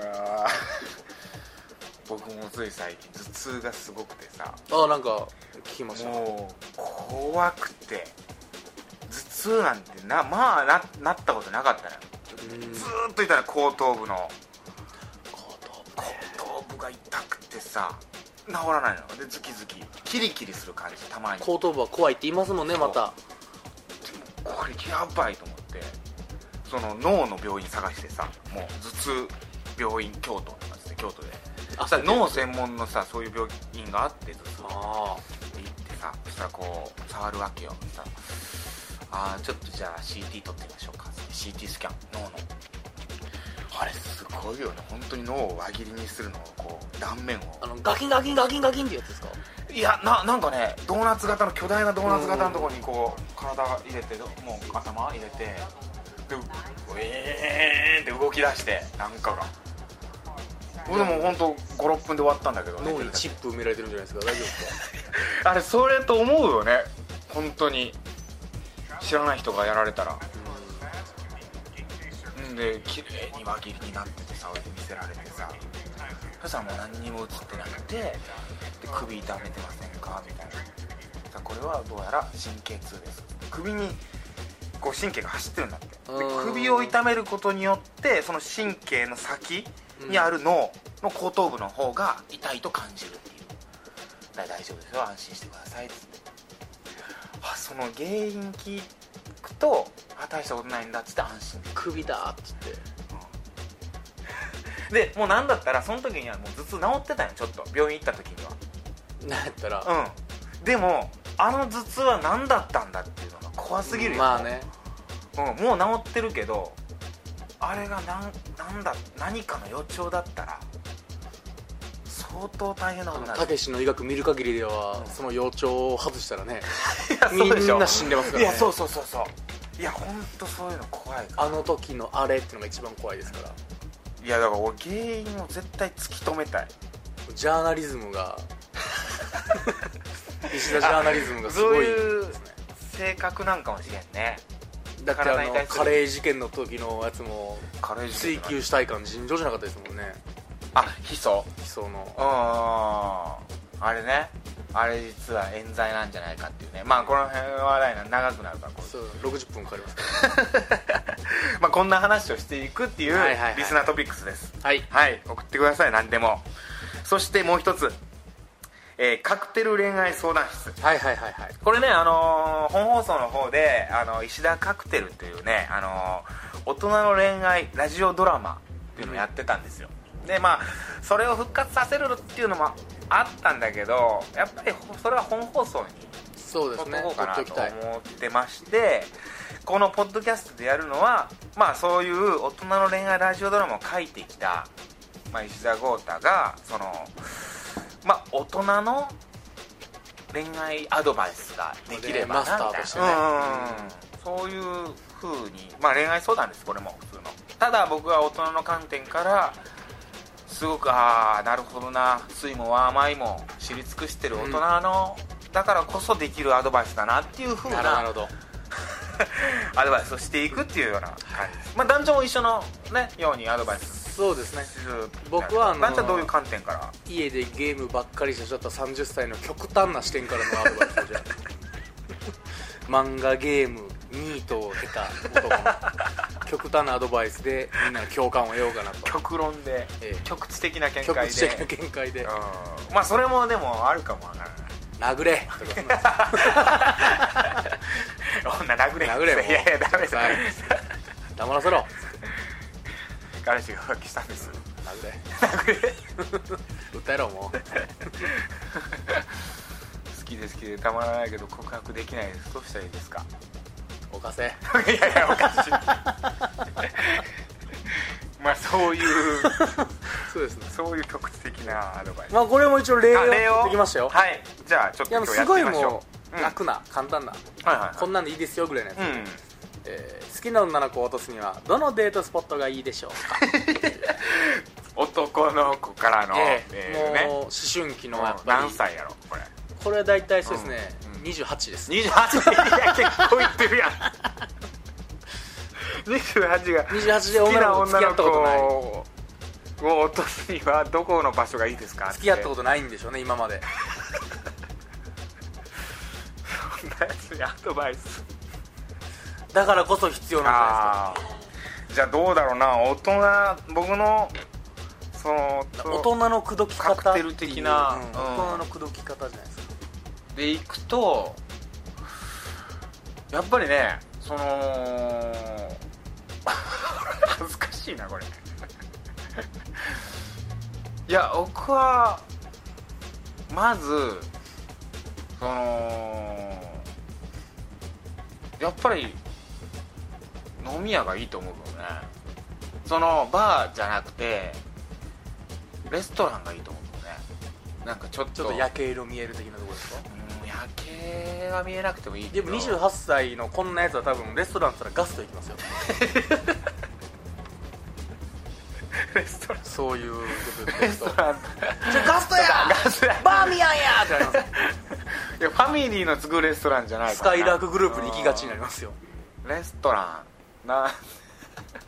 Speaker 1: あー僕もつい最近頭痛がすごくてさ
Speaker 2: あなんか聞きました
Speaker 1: もう怖くて頭痛なんてなまあななったことなかったのよ
Speaker 2: うん
Speaker 1: ずーっといたら後頭部の
Speaker 2: 後頭部
Speaker 1: 後頭部が痛くてさ治らないのでズキズキキリキリする感じたまに
Speaker 2: 後頭部は怖いって言いますもんねまた
Speaker 1: これやばいと思ってその脳の病院探してさもう頭痛病院京都とかですね京都でそしたら脳専門のさそういう病院があって頭痛
Speaker 2: あ
Speaker 1: って行ってさそしたらこう触るわけよそしたらあーちょっとじゃあ CT 撮ってみましょうか CT スキャン脳のあれすごいよね本当に脳を輪切りにするのをこう断面を
Speaker 2: あのガキンガキンガキンガキンってやつですか
Speaker 1: いやななんかねドーナツ型の巨大なドーナツ型のところにこう体入れてもう頭入れてでうえーんって動き出してなんかが俺も本当56分で終わったんだけどね
Speaker 2: 脳にチップ埋められてるんじゃないですか大丈夫ですか
Speaker 1: あれそれと思うよね本当に知らない人がやられたらうんで綺麗に輪切りになっててさ見せられてさそしたらもう何にも映ってなくてで首痛めてませんかみたいなさあこれはどうやら神経痛です首にこう神経が走ってるんだってで
Speaker 2: うん
Speaker 1: 首を痛めることによってその神経の先にある脳の後頭部の方が痛いと感じるっていうだから大丈夫ですよ安心してくださいっつってあその原因聞くとあ大したことないんだっつって安心
Speaker 2: 首だっつって
Speaker 1: でもうなんだったらその時にはもう頭痛治ってたよちょっと病院行った時に
Speaker 2: なんやったら、
Speaker 1: はうんでもあの頭痛は何だったんだっていうのが怖すぎるよ、
Speaker 2: まあね
Speaker 1: うん、もう治ってるけどあれがなんなんだ何かの予兆だったら相当大変なことになる
Speaker 2: たけしの医学見る限りではその幼鳥を外したらね
Speaker 1: いや
Speaker 2: み
Speaker 1: そうでしょ
Speaker 2: んな死んでますから
Speaker 1: い
Speaker 2: ね
Speaker 1: やそうそうそうそういや本当そういうの怖いから
Speaker 2: あの時のあれってのが一番怖いですから
Speaker 1: いやだから俺原因を絶対突き止めたい
Speaker 2: ジャーナリズ ムが石田ジャーナリズムがすごいですね
Speaker 1: 性格なんかもしれんね
Speaker 2: だって
Speaker 1: 体
Speaker 2: あ
Speaker 1: に
Speaker 2: の
Speaker 1: 対する
Speaker 2: カレー事件の時のやつも
Speaker 1: 軽い
Speaker 2: 追求したい感尋常じゃなかったですもんね
Speaker 1: あヒ素
Speaker 2: 悲壮
Speaker 1: う
Speaker 2: の
Speaker 1: んあれねあれ実は冤罪なんじゃないかっていうねまあこの辺は話題が長くなるからこう
Speaker 2: そう60分かかりますか
Speaker 1: まあこんな話をしていくっていう
Speaker 2: はいはいはい
Speaker 1: リスナートピックスです
Speaker 2: らはい
Speaker 1: はい送ってください何でもそしてもう一つ、えーカクテル恋愛相談室
Speaker 2: はいはいはいはい
Speaker 1: これね、あのー本放送の方で、あの石田カクテルというね、あのー大人の恋愛ラジオドラマっていうのをやってたんですよ、でまあそれを復活させるっていうのもあったんだけどやっぱりほそれは本放送に
Speaker 2: そうで
Speaker 1: 取
Speaker 2: す
Speaker 1: っ
Speaker 2: ね
Speaker 1: とこう
Speaker 2: 取
Speaker 1: かな
Speaker 2: っておきたい
Speaker 1: と思ってましてこのポッドキャストでやるのはまあそういう大人の恋愛ラジオドラマを書いてきた、まあ、石田豪太がそのまあ大人の恋愛アドバイスができればな
Speaker 2: マスター
Speaker 1: みたいな
Speaker 2: としてね
Speaker 1: うんうんうんそういう風にまあ恋愛相談ですこれも普通のただ僕は大人の観点からすごくああなるほどな酸いも甘いも知り尽くしてる大人の、だからこそできるアドバイスだなっていう風
Speaker 2: なるほどな
Speaker 1: な
Speaker 2: るほど
Speaker 1: アドバイスをしていくっていうような感じです、まあ、団長も一緒の、ね、ようにアドバイス
Speaker 2: そうですね
Speaker 1: する
Speaker 2: 僕はあのー
Speaker 1: 団長はどういう観点から
Speaker 2: 家でゲームばっかりしてしまった30歳の極端な視点からのアドバイスをじゃ あ漫画ゲームニートを経た男の極端なアドバイスでみんなの共感を得ようかなと
Speaker 1: 極論で、
Speaker 2: ええ
Speaker 1: 極地的な見
Speaker 2: 極
Speaker 1: 解
Speaker 2: 地的な
Speaker 1: で
Speaker 2: 見解で
Speaker 1: うんまあそれもでもあるかもわからない
Speaker 2: 「殴れ!」とかそんな
Speaker 1: 女殴れ
Speaker 2: 殴れもう
Speaker 1: いやいやダメです
Speaker 2: はい黙らせろ
Speaker 1: 彼氏が浮気したんです
Speaker 2: 殴れ
Speaker 1: 殴れ
Speaker 2: 訴えろも
Speaker 1: 好
Speaker 2: う
Speaker 1: きで好きでたまらないけど告白できないですどうしたらいいですか
Speaker 2: 犯
Speaker 1: い
Speaker 2: せ
Speaker 1: やいやおかしい まあそういう
Speaker 2: そうですね
Speaker 1: そういう局地的なアドバイス
Speaker 2: まあこれも一応例
Speaker 1: あ例
Speaker 2: を
Speaker 1: を
Speaker 2: できましたよ
Speaker 1: はいじゃあちょっ
Speaker 2: い
Speaker 1: と今日
Speaker 2: やもうす
Speaker 1: やって
Speaker 2: ごい
Speaker 1: みましょ
Speaker 2: も
Speaker 1: う
Speaker 2: う楽な簡単な
Speaker 1: うんはいはいはい
Speaker 2: こんなんでいいですよぐらいのやつ
Speaker 1: うん
Speaker 2: えー好きな女の子を落とすにはどのデートスポットがいいでしょうか、
Speaker 1: 男の子からの
Speaker 2: ええ
Speaker 1: メールね
Speaker 2: もう思春期のやっぱり
Speaker 1: 何歳やろこれ
Speaker 2: これは大体そうですね、
Speaker 1: うん
Speaker 2: 28です
Speaker 1: 28いや結構いって るやん28が
Speaker 2: 28で
Speaker 1: 好き
Speaker 2: 女
Speaker 1: な
Speaker 2: の子と付
Speaker 1: 女の
Speaker 2: き合った
Speaker 1: 子
Speaker 2: ことない
Speaker 1: を落とすにはどこの場所がいいですか
Speaker 2: 付き合ったこととないんでしょうね今まで
Speaker 1: アドバイス
Speaker 2: だからこそ必要なんじゃ
Speaker 1: あーじゃあどうだろうな大人僕のその
Speaker 2: ないですか大人の口説き方っていう
Speaker 1: カクテル的な
Speaker 2: うん
Speaker 1: うん
Speaker 2: 大人の口説き方じゃないですか
Speaker 1: でいくとやっぱりねその 恥ずかしいなこれいや僕はまずそのやっぱり飲み屋がいいと思うけどねそのバーじゃなくてレストランがいいと思うねなんかちょっと
Speaker 2: ちょっと夜景色見える的なところですか
Speaker 1: うん夜景は見えなくてもいいけ
Speaker 2: で
Speaker 1: ど
Speaker 2: も28歳のこんなやつは多分レストランったらガスト行きますよ
Speaker 1: レストラン
Speaker 2: そういうこと
Speaker 1: レ
Speaker 2: 言って
Speaker 1: ス
Speaker 2: ると
Speaker 1: トラン
Speaker 2: じゃ ガストや
Speaker 1: ガスや
Speaker 2: バーミヤンやってなりますよ
Speaker 1: いやファミリーのつくレストランじゃない
Speaker 2: ス
Speaker 1: から
Speaker 2: カ
Speaker 1: な
Speaker 2: イラークグループに行きがちになりますよ
Speaker 1: レストランな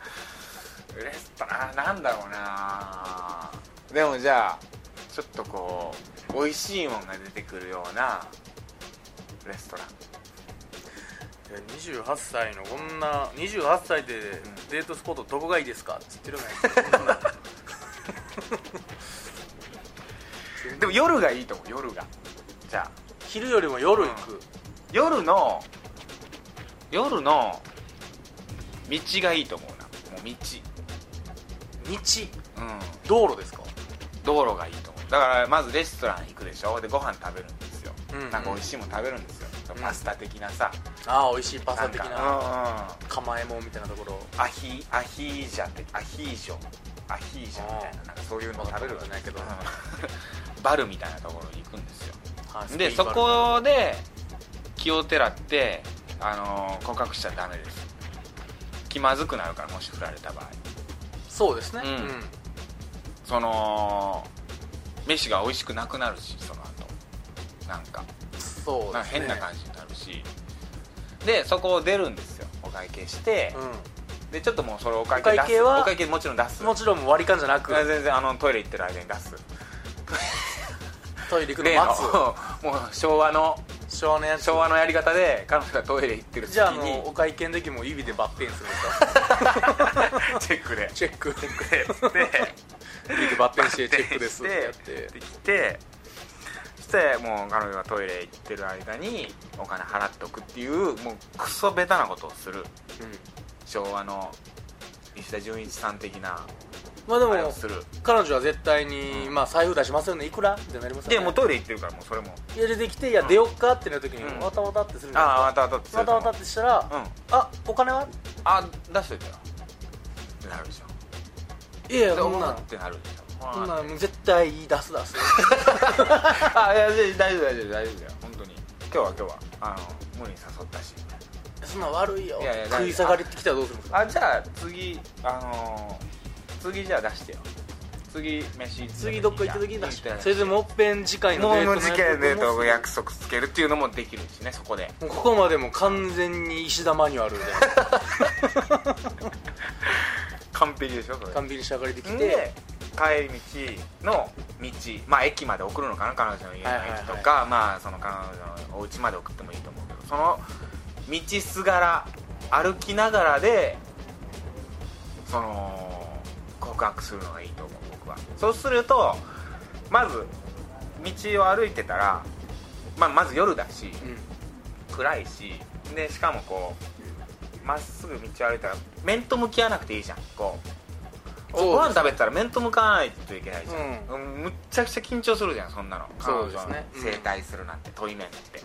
Speaker 1: レストランなんだろうなでもじゃあちょっとこう美味しいもんが出てくるようなレストラン
Speaker 2: いや28歳のこんな28歳でデートスポットどこがいいですかって言ってるじゃないですか
Speaker 1: でも夜がいいと思う夜がじゃあ
Speaker 2: 昼よりも夜行く
Speaker 1: 夜の夜の道がいいと思うなもう道
Speaker 2: 道
Speaker 1: うん
Speaker 2: 道路ですか
Speaker 1: 道路がいいと思うだからまずレストラン行くでしょでご飯食べるんですよ、
Speaker 2: うん
Speaker 1: なんか美味しいもん食べるんですよ、
Speaker 2: うん
Speaker 1: パスタ的なさ
Speaker 2: ああ美味しいパスタ的
Speaker 1: ん
Speaker 2: な
Speaker 1: かうんうん
Speaker 2: 構えもんみたいなところ
Speaker 1: アヒアヒージャってアヒージョアヒージャみたいななんかそういうの食べる
Speaker 2: わかんないけど
Speaker 1: うん バルみたいなところに行くんですよ
Speaker 2: はい
Speaker 1: で
Speaker 2: ス
Speaker 1: そ
Speaker 2: ペインバルの
Speaker 1: こで気をてらって、あのー告白しちゃダメです気まずくなるからもし振られた場合
Speaker 2: そうですね
Speaker 1: う
Speaker 2: うんん、
Speaker 1: その飯が美味しくなくなるしその後なんか
Speaker 2: そうですね
Speaker 1: なんか変な感じになるしでそこを出るんですよお会計して、でちょっともうそれお会計出す
Speaker 2: お会計は
Speaker 1: お会計もちろん出す
Speaker 2: うん、もちろん割り勘じゃなく
Speaker 1: あ全然あのトイレ行ってる間に出す
Speaker 2: トイレ行く
Speaker 1: 例
Speaker 2: の
Speaker 1: の
Speaker 2: 待
Speaker 1: もう昭和の
Speaker 2: つ昭和のやつ
Speaker 1: 昭和のやり方で彼女がトイレ行ってる時に
Speaker 2: じゃああの お会計の時も指でバッテンするんですか
Speaker 1: チェックで
Speaker 2: チェックチェック
Speaker 1: で
Speaker 2: 指でバッテンしてチェックですっ
Speaker 1: で
Speaker 2: てやって
Speaker 1: できてそしてもう彼女がトイレ行ってる間にお金払っておくっていうもうクソベタなことをする
Speaker 2: うん
Speaker 1: 昭和の石田純一さん的な
Speaker 2: まあで
Speaker 1: あれを
Speaker 2: も
Speaker 1: する
Speaker 2: 彼女は絶対に、
Speaker 1: うん
Speaker 2: まあ財布出しますよねいくらってなりますよね
Speaker 1: でもうトイレ行ってるからもうそれも
Speaker 2: いや出てきていや出よっかってなる時に、
Speaker 1: うん
Speaker 2: わたわたってするんじゃ
Speaker 1: ああ
Speaker 2: な
Speaker 1: わ
Speaker 2: い
Speaker 1: たわたっ
Speaker 2: で
Speaker 1: て
Speaker 2: すかわたわたってしたら、
Speaker 1: うん
Speaker 2: あお金は
Speaker 1: あ出しといたよってなるでしょ
Speaker 2: いやいや
Speaker 1: で
Speaker 2: そん
Speaker 1: 思
Speaker 2: な
Speaker 1: っ
Speaker 2: ん
Speaker 1: てなるでしょ
Speaker 2: そんなん絶対出 す出す
Speaker 1: あいや大丈夫大丈夫大丈夫だよ本当に今日は今日はあの無理に誘ったし
Speaker 2: そんなん悪いよ
Speaker 1: いやいや
Speaker 2: 食い下がりってきたらどうするんですか
Speaker 1: あじゃあ次あのー次じゃあ出してよ次飯行った時に
Speaker 2: 次どっか行った時に出して
Speaker 1: 行った
Speaker 2: それでもっぺん次回の
Speaker 1: もう
Speaker 2: デート
Speaker 1: の事件でと
Speaker 2: やつ
Speaker 1: 約束つけるっていうのもできるしねそこで
Speaker 2: もうここまでもう完全に石田マニュアルで
Speaker 1: 完璧でしょそれ
Speaker 2: 完璧に仕上がりできて
Speaker 1: で帰り道の道まあ駅まで送るのかな彼女の家の駅とか、まあその彼女のお家まで送ってもいいと思うけどその道すがら歩きながらでその告白するのがいいと思う僕はそうするとまず道を歩いてたら、まあ、まず夜だし
Speaker 2: うん
Speaker 1: 暗いしでしかもこうまっすぐ道を歩いたら面と向き合わなくていいじゃんこう
Speaker 2: そうです
Speaker 1: ご飯食べたら面と向かわないといけないじゃん、うんむっちゃくちゃ緊張するじゃんそんなの
Speaker 2: そうですね
Speaker 1: 彼女の正対するなんて問い面って、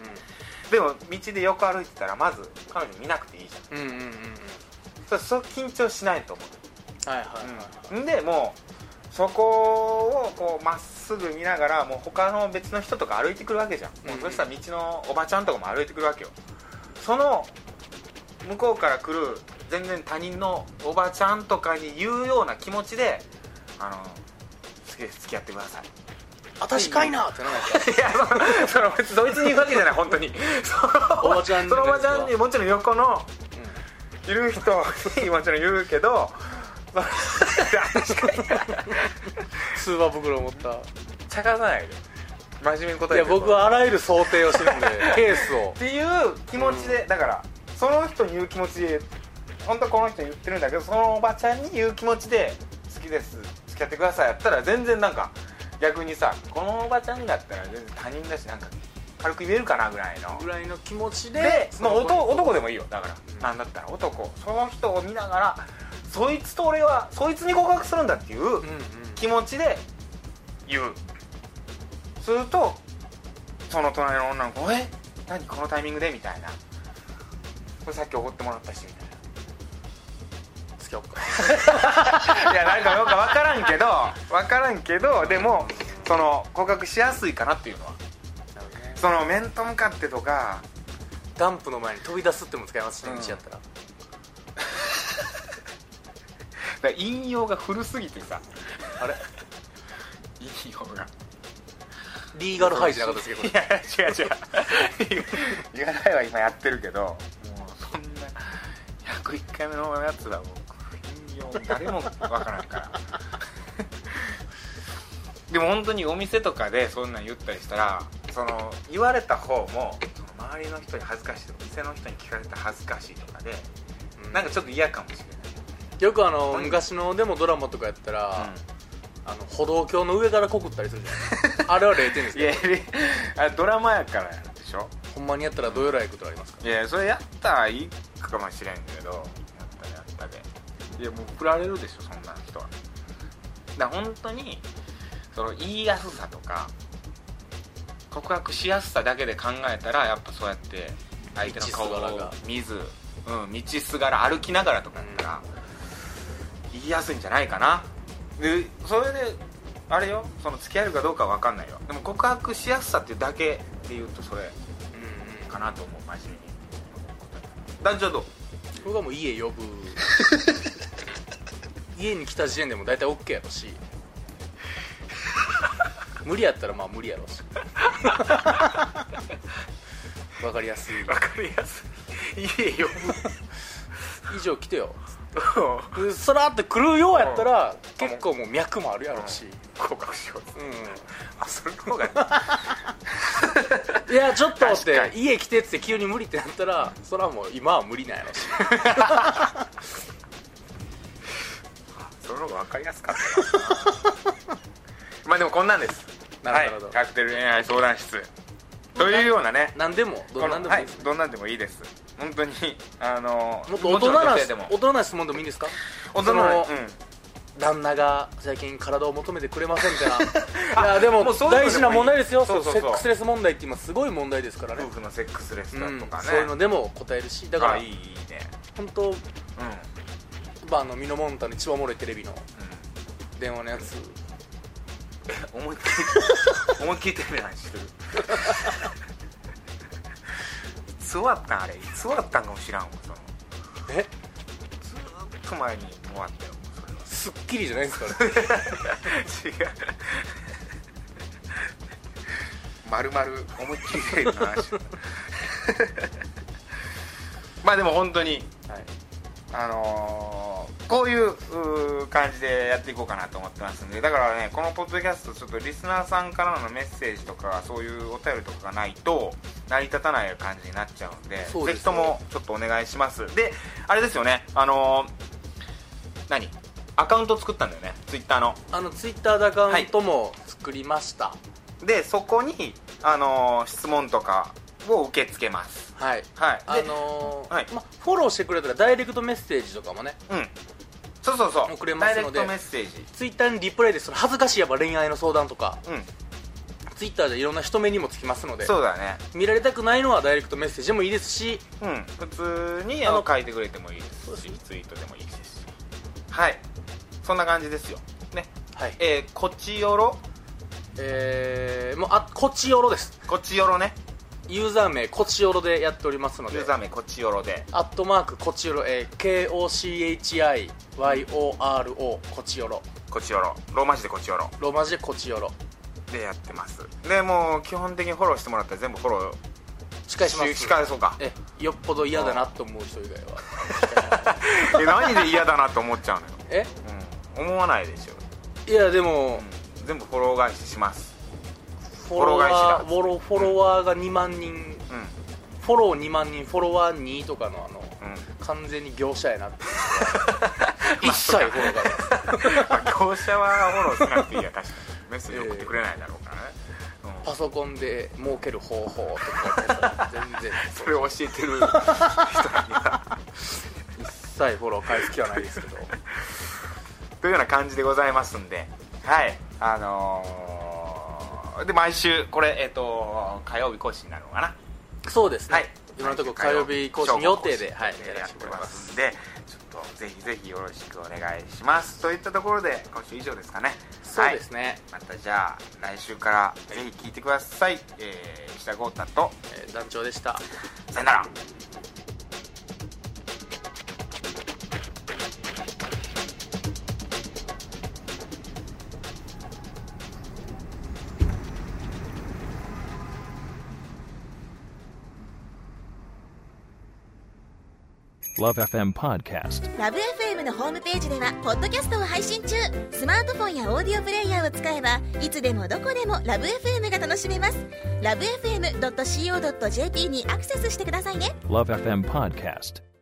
Speaker 1: でも道で横歩いてたらまず彼女見なくていいじゃん
Speaker 2: うんうんうんうんうん
Speaker 1: そそう緊張しないと思
Speaker 2: はいはいは
Speaker 1: う、
Speaker 2: いはい、
Speaker 1: んでもうそこをこうまっすぐ見ながらもう他の別の人とか歩いてくるわけじゃん、もうそしたら道のおばちゃんとかも歩いてくるわけよその向こうから来る全然他人のおばちゃんとかに言うような気持ちであの好きです付き合ってください
Speaker 2: 私かいなってならないですか
Speaker 1: いやそのその別にそいつに言うわけじゃない本当にその
Speaker 2: おばちゃんに
Speaker 1: そのおばちゃんにもちろん横の
Speaker 2: うん
Speaker 1: いる人にもちろん言うけど 確かに
Speaker 2: スーパー袋を持ったい
Speaker 1: ちゃかさないで真面目に答えて
Speaker 2: や僕はあらゆる想定をして るんでケースを
Speaker 1: っていう気持ちで、だからその人に言う気持ちで本当はこの人に言ってるんだけどそのおばちゃんに言う気持ちで好きです付き合ってくださいやったら全然なんか逆にさこのおばちゃんだったら全然他人だしなんか軽く言えるかなぐらいの
Speaker 2: ぐらいの気持ち
Speaker 1: で
Speaker 2: で
Speaker 1: もう男
Speaker 2: 男
Speaker 1: 男でもいいよだから、
Speaker 2: うん
Speaker 1: なんだったら男その人を見ながらそいつと俺はそいつに告白するんだっていう、
Speaker 2: うんうん
Speaker 1: 気持ちで言うするとその隣の女の子「え何このタイミングで?」みたいな「これさっきおごってもらったし」みたいな
Speaker 2: 付しようか
Speaker 1: いやなんか よく分からんけど分からんけどでもその告白しやすいかなっていうのはその面と向かってとか
Speaker 2: ダンプの前に飛び出すっても使えますしね、
Speaker 1: うん
Speaker 2: うちやったら
Speaker 1: だから引用が古すぎてさ
Speaker 2: あれ
Speaker 1: 引用が
Speaker 2: リーガルハイじゃなかったですけどこ
Speaker 1: いや違う違う言わないは今やってるけどもうそんな101回目のやつはもう引用誰もわからんからでも本当にお店とかでそんなん言ったりしたらその言われた方もその周りの人に恥ずかしいとか店の人に聞かれたら恥ずかしいとかで、
Speaker 2: れ
Speaker 1: なんかちょっと嫌かもしれない
Speaker 2: よくあの
Speaker 1: うん
Speaker 2: 昔のでもドラマとかやったら、
Speaker 1: うん
Speaker 2: あの歩道橋の上から告ったりするじゃない あれは0点です
Speaker 1: い
Speaker 2: けど
Speaker 1: やいやあドラマやからでしょ
Speaker 2: ほんまにやったらどうよらいことありますか
Speaker 1: いやそれやったらいいかもしれんけどやったらやったでいやもう振られるでしょそんな人はだから本当にその言いやすさとか告白しやすさだけで考えたらやっぱそうやって相手の顔
Speaker 2: 道すがら
Speaker 1: を
Speaker 2: が
Speaker 1: 見ず、うん、道すがら歩きながらとかやったら言いやすいんじゃないかなでそれであれよその付き合えるかどうかは分かんないよでも告白しやすさっていうだけで言うとそれ
Speaker 2: うん
Speaker 1: かなと思う真面目に団長どう
Speaker 2: 僕はもう家呼 ぶ家に来た時点でも大体 OK やろし無理やったらまあ無理やろしわかりやすい
Speaker 1: 分かりやすい家呼
Speaker 2: 以上来てよ
Speaker 1: ぶ
Speaker 2: でそらって来るようやったら結構もう脈もあるやろし
Speaker 1: 告白しよう
Speaker 2: う
Speaker 1: あそれの方が
Speaker 2: んいやちょっとっ
Speaker 1: 確か
Speaker 2: て家来てっつって急に無理ってなったらそらもう今は無理なんやろし
Speaker 1: その方が分かりやすかったなまあでもこんなんです
Speaker 2: なるほど
Speaker 1: はい、カクテル恋愛相談室というようなね
Speaker 2: 何でもどんなんでも
Speaker 1: はい
Speaker 2: い
Speaker 1: い
Speaker 2: です
Speaker 1: どんなんでもいいです本当にあの
Speaker 2: もっと大人な
Speaker 1: もちろん女性でも
Speaker 2: 大人な質問でもいいんですか
Speaker 1: 大人な
Speaker 2: その旦那が最近体を求めてくれませんみたい ないやでも
Speaker 1: もうそういうのでもいい
Speaker 2: 大事な問題ですよ
Speaker 1: そうそうそう
Speaker 2: セックスレス問題って今すごい問題ですから
Speaker 1: うん
Speaker 2: ね
Speaker 1: 夫婦のセックスレス
Speaker 2: う
Speaker 1: だ
Speaker 2: ん
Speaker 1: とかね
Speaker 2: そういうのでも答えるしだか
Speaker 1: あ
Speaker 2: ら
Speaker 1: いいいいね
Speaker 2: 本当
Speaker 1: うんうん
Speaker 2: まああのミノモンタの一番おもろいテレビの電話のやつ
Speaker 1: 思いっきり思いっきりテレビの話してる いつ終わったんあれいつ終わったんかも知らんわその
Speaker 2: え
Speaker 1: ずーっと前に終わったよそれは
Speaker 2: スッキリじゃないですかね
Speaker 1: 違うまるまる思いっきりテレビの話 まあでも本当に
Speaker 2: はい
Speaker 1: あのーこういううー感じでやっていこうかなと思ってますんでだからねこのポッドキャストちょっとリスナーさんからのメッセージとかそういうお便りとかがないと成り立たない感じになっちゃうんで
Speaker 2: そう
Speaker 1: ぜ
Speaker 2: ですね
Speaker 1: ひともちょっとお願いしますであれですよねあのー何アカウント作ったんだよねツイッターの
Speaker 2: あのツイッターでアカウントも作りました
Speaker 1: でそこに、あのー質問とかを受け付けます
Speaker 2: はい
Speaker 1: はい
Speaker 2: あ
Speaker 1: で
Speaker 2: のー
Speaker 1: はい
Speaker 2: まあフォローしてくれたらダイレクトメッセージとかもね
Speaker 1: うんそうそうそう
Speaker 2: 送れます
Speaker 1: ダイレク
Speaker 2: ので
Speaker 1: トメッセージ
Speaker 2: ツイッターにリプレイでその恥ずかしいやっぱ恋愛の相談とか
Speaker 1: うん
Speaker 2: ツイッターでいろんな人目にもつきますので
Speaker 1: そうだね
Speaker 2: 見られたくないのはダイレクトメッセージでもいいですし
Speaker 1: うん、普通に
Speaker 2: あ
Speaker 1: あ
Speaker 2: の
Speaker 1: の書いてくれてもいいで
Speaker 2: そう
Speaker 1: す
Speaker 2: で
Speaker 1: し
Speaker 2: すね
Speaker 1: ツイートでもいいですしはいそんな感じですよね
Speaker 2: はい
Speaker 1: えー、こちよろ
Speaker 2: えー、もうあこちよろです
Speaker 1: こちよろね
Speaker 2: ユーザー名こちよろでやっておりますの
Speaker 1: ユ
Speaker 2: で
Speaker 1: ーザー名こちよろで
Speaker 2: アットマークこちよろ、えー、KOCHIYORO こちよろ
Speaker 1: こちよろローマ字でこちよろ
Speaker 2: ローマ字でこちよろ
Speaker 1: でやってますでもう基本的にフォローしてもらったら全部フォロ
Speaker 2: 仕
Speaker 1: ー
Speaker 2: 返します
Speaker 1: し返そうか
Speaker 2: えよっぽど嫌だなと思う人以外は
Speaker 1: え何で嫌だなと思っちゃうのよ、
Speaker 2: え
Speaker 1: うん、思わないでしょ、
Speaker 2: いやでも
Speaker 1: うん、全部フォロー返しします
Speaker 2: フォロワー
Speaker 1: フ
Speaker 2: フォロフォロワーが2万
Speaker 1: う
Speaker 2: 人
Speaker 1: ん
Speaker 2: フォロー2万人フォロワー2とかのあの
Speaker 1: うん
Speaker 2: 完全に業者やなっていう 人は一切フォローがない
Speaker 1: まあ業者はフォローしなくていいや確かにメッセージ送ってくれないだろうからね、うん
Speaker 2: パソコンで儲ける方法とか全然
Speaker 1: それを教えてる人には
Speaker 2: 一切フォロー返す気はないですけど
Speaker 1: というような感じでございますんではいあのーで毎週これえっ、と火曜日更新になるのかな
Speaker 2: そうですね、
Speaker 1: はい
Speaker 2: 今のところ火曜日更新予定で、はい、
Speaker 1: や
Speaker 2: やら
Speaker 1: ら
Speaker 2: せ
Speaker 1: せ
Speaker 2: て
Speaker 1: て
Speaker 2: も
Speaker 1: も
Speaker 2: ら
Speaker 1: らい
Speaker 2: いま
Speaker 1: ますすんでちょっとぜひぜひよろしくお願いしますといったところで今週以上ですかね
Speaker 2: そうですね、
Speaker 1: はい、またじゃあ来週からぜひ聞いてください、えー、石田豪太と
Speaker 2: えー団長でした
Speaker 1: さよなら
Speaker 3: ラブ f m Podcast
Speaker 4: ラブ f m のホームページではポッドキャストを配信中スマートフォンやオーディオプレイヤーを使えばいつでもどこでもラブ f m が楽しめますラブ FM.co.jp にアクセスしてくださいね
Speaker 3: Love FM Podcast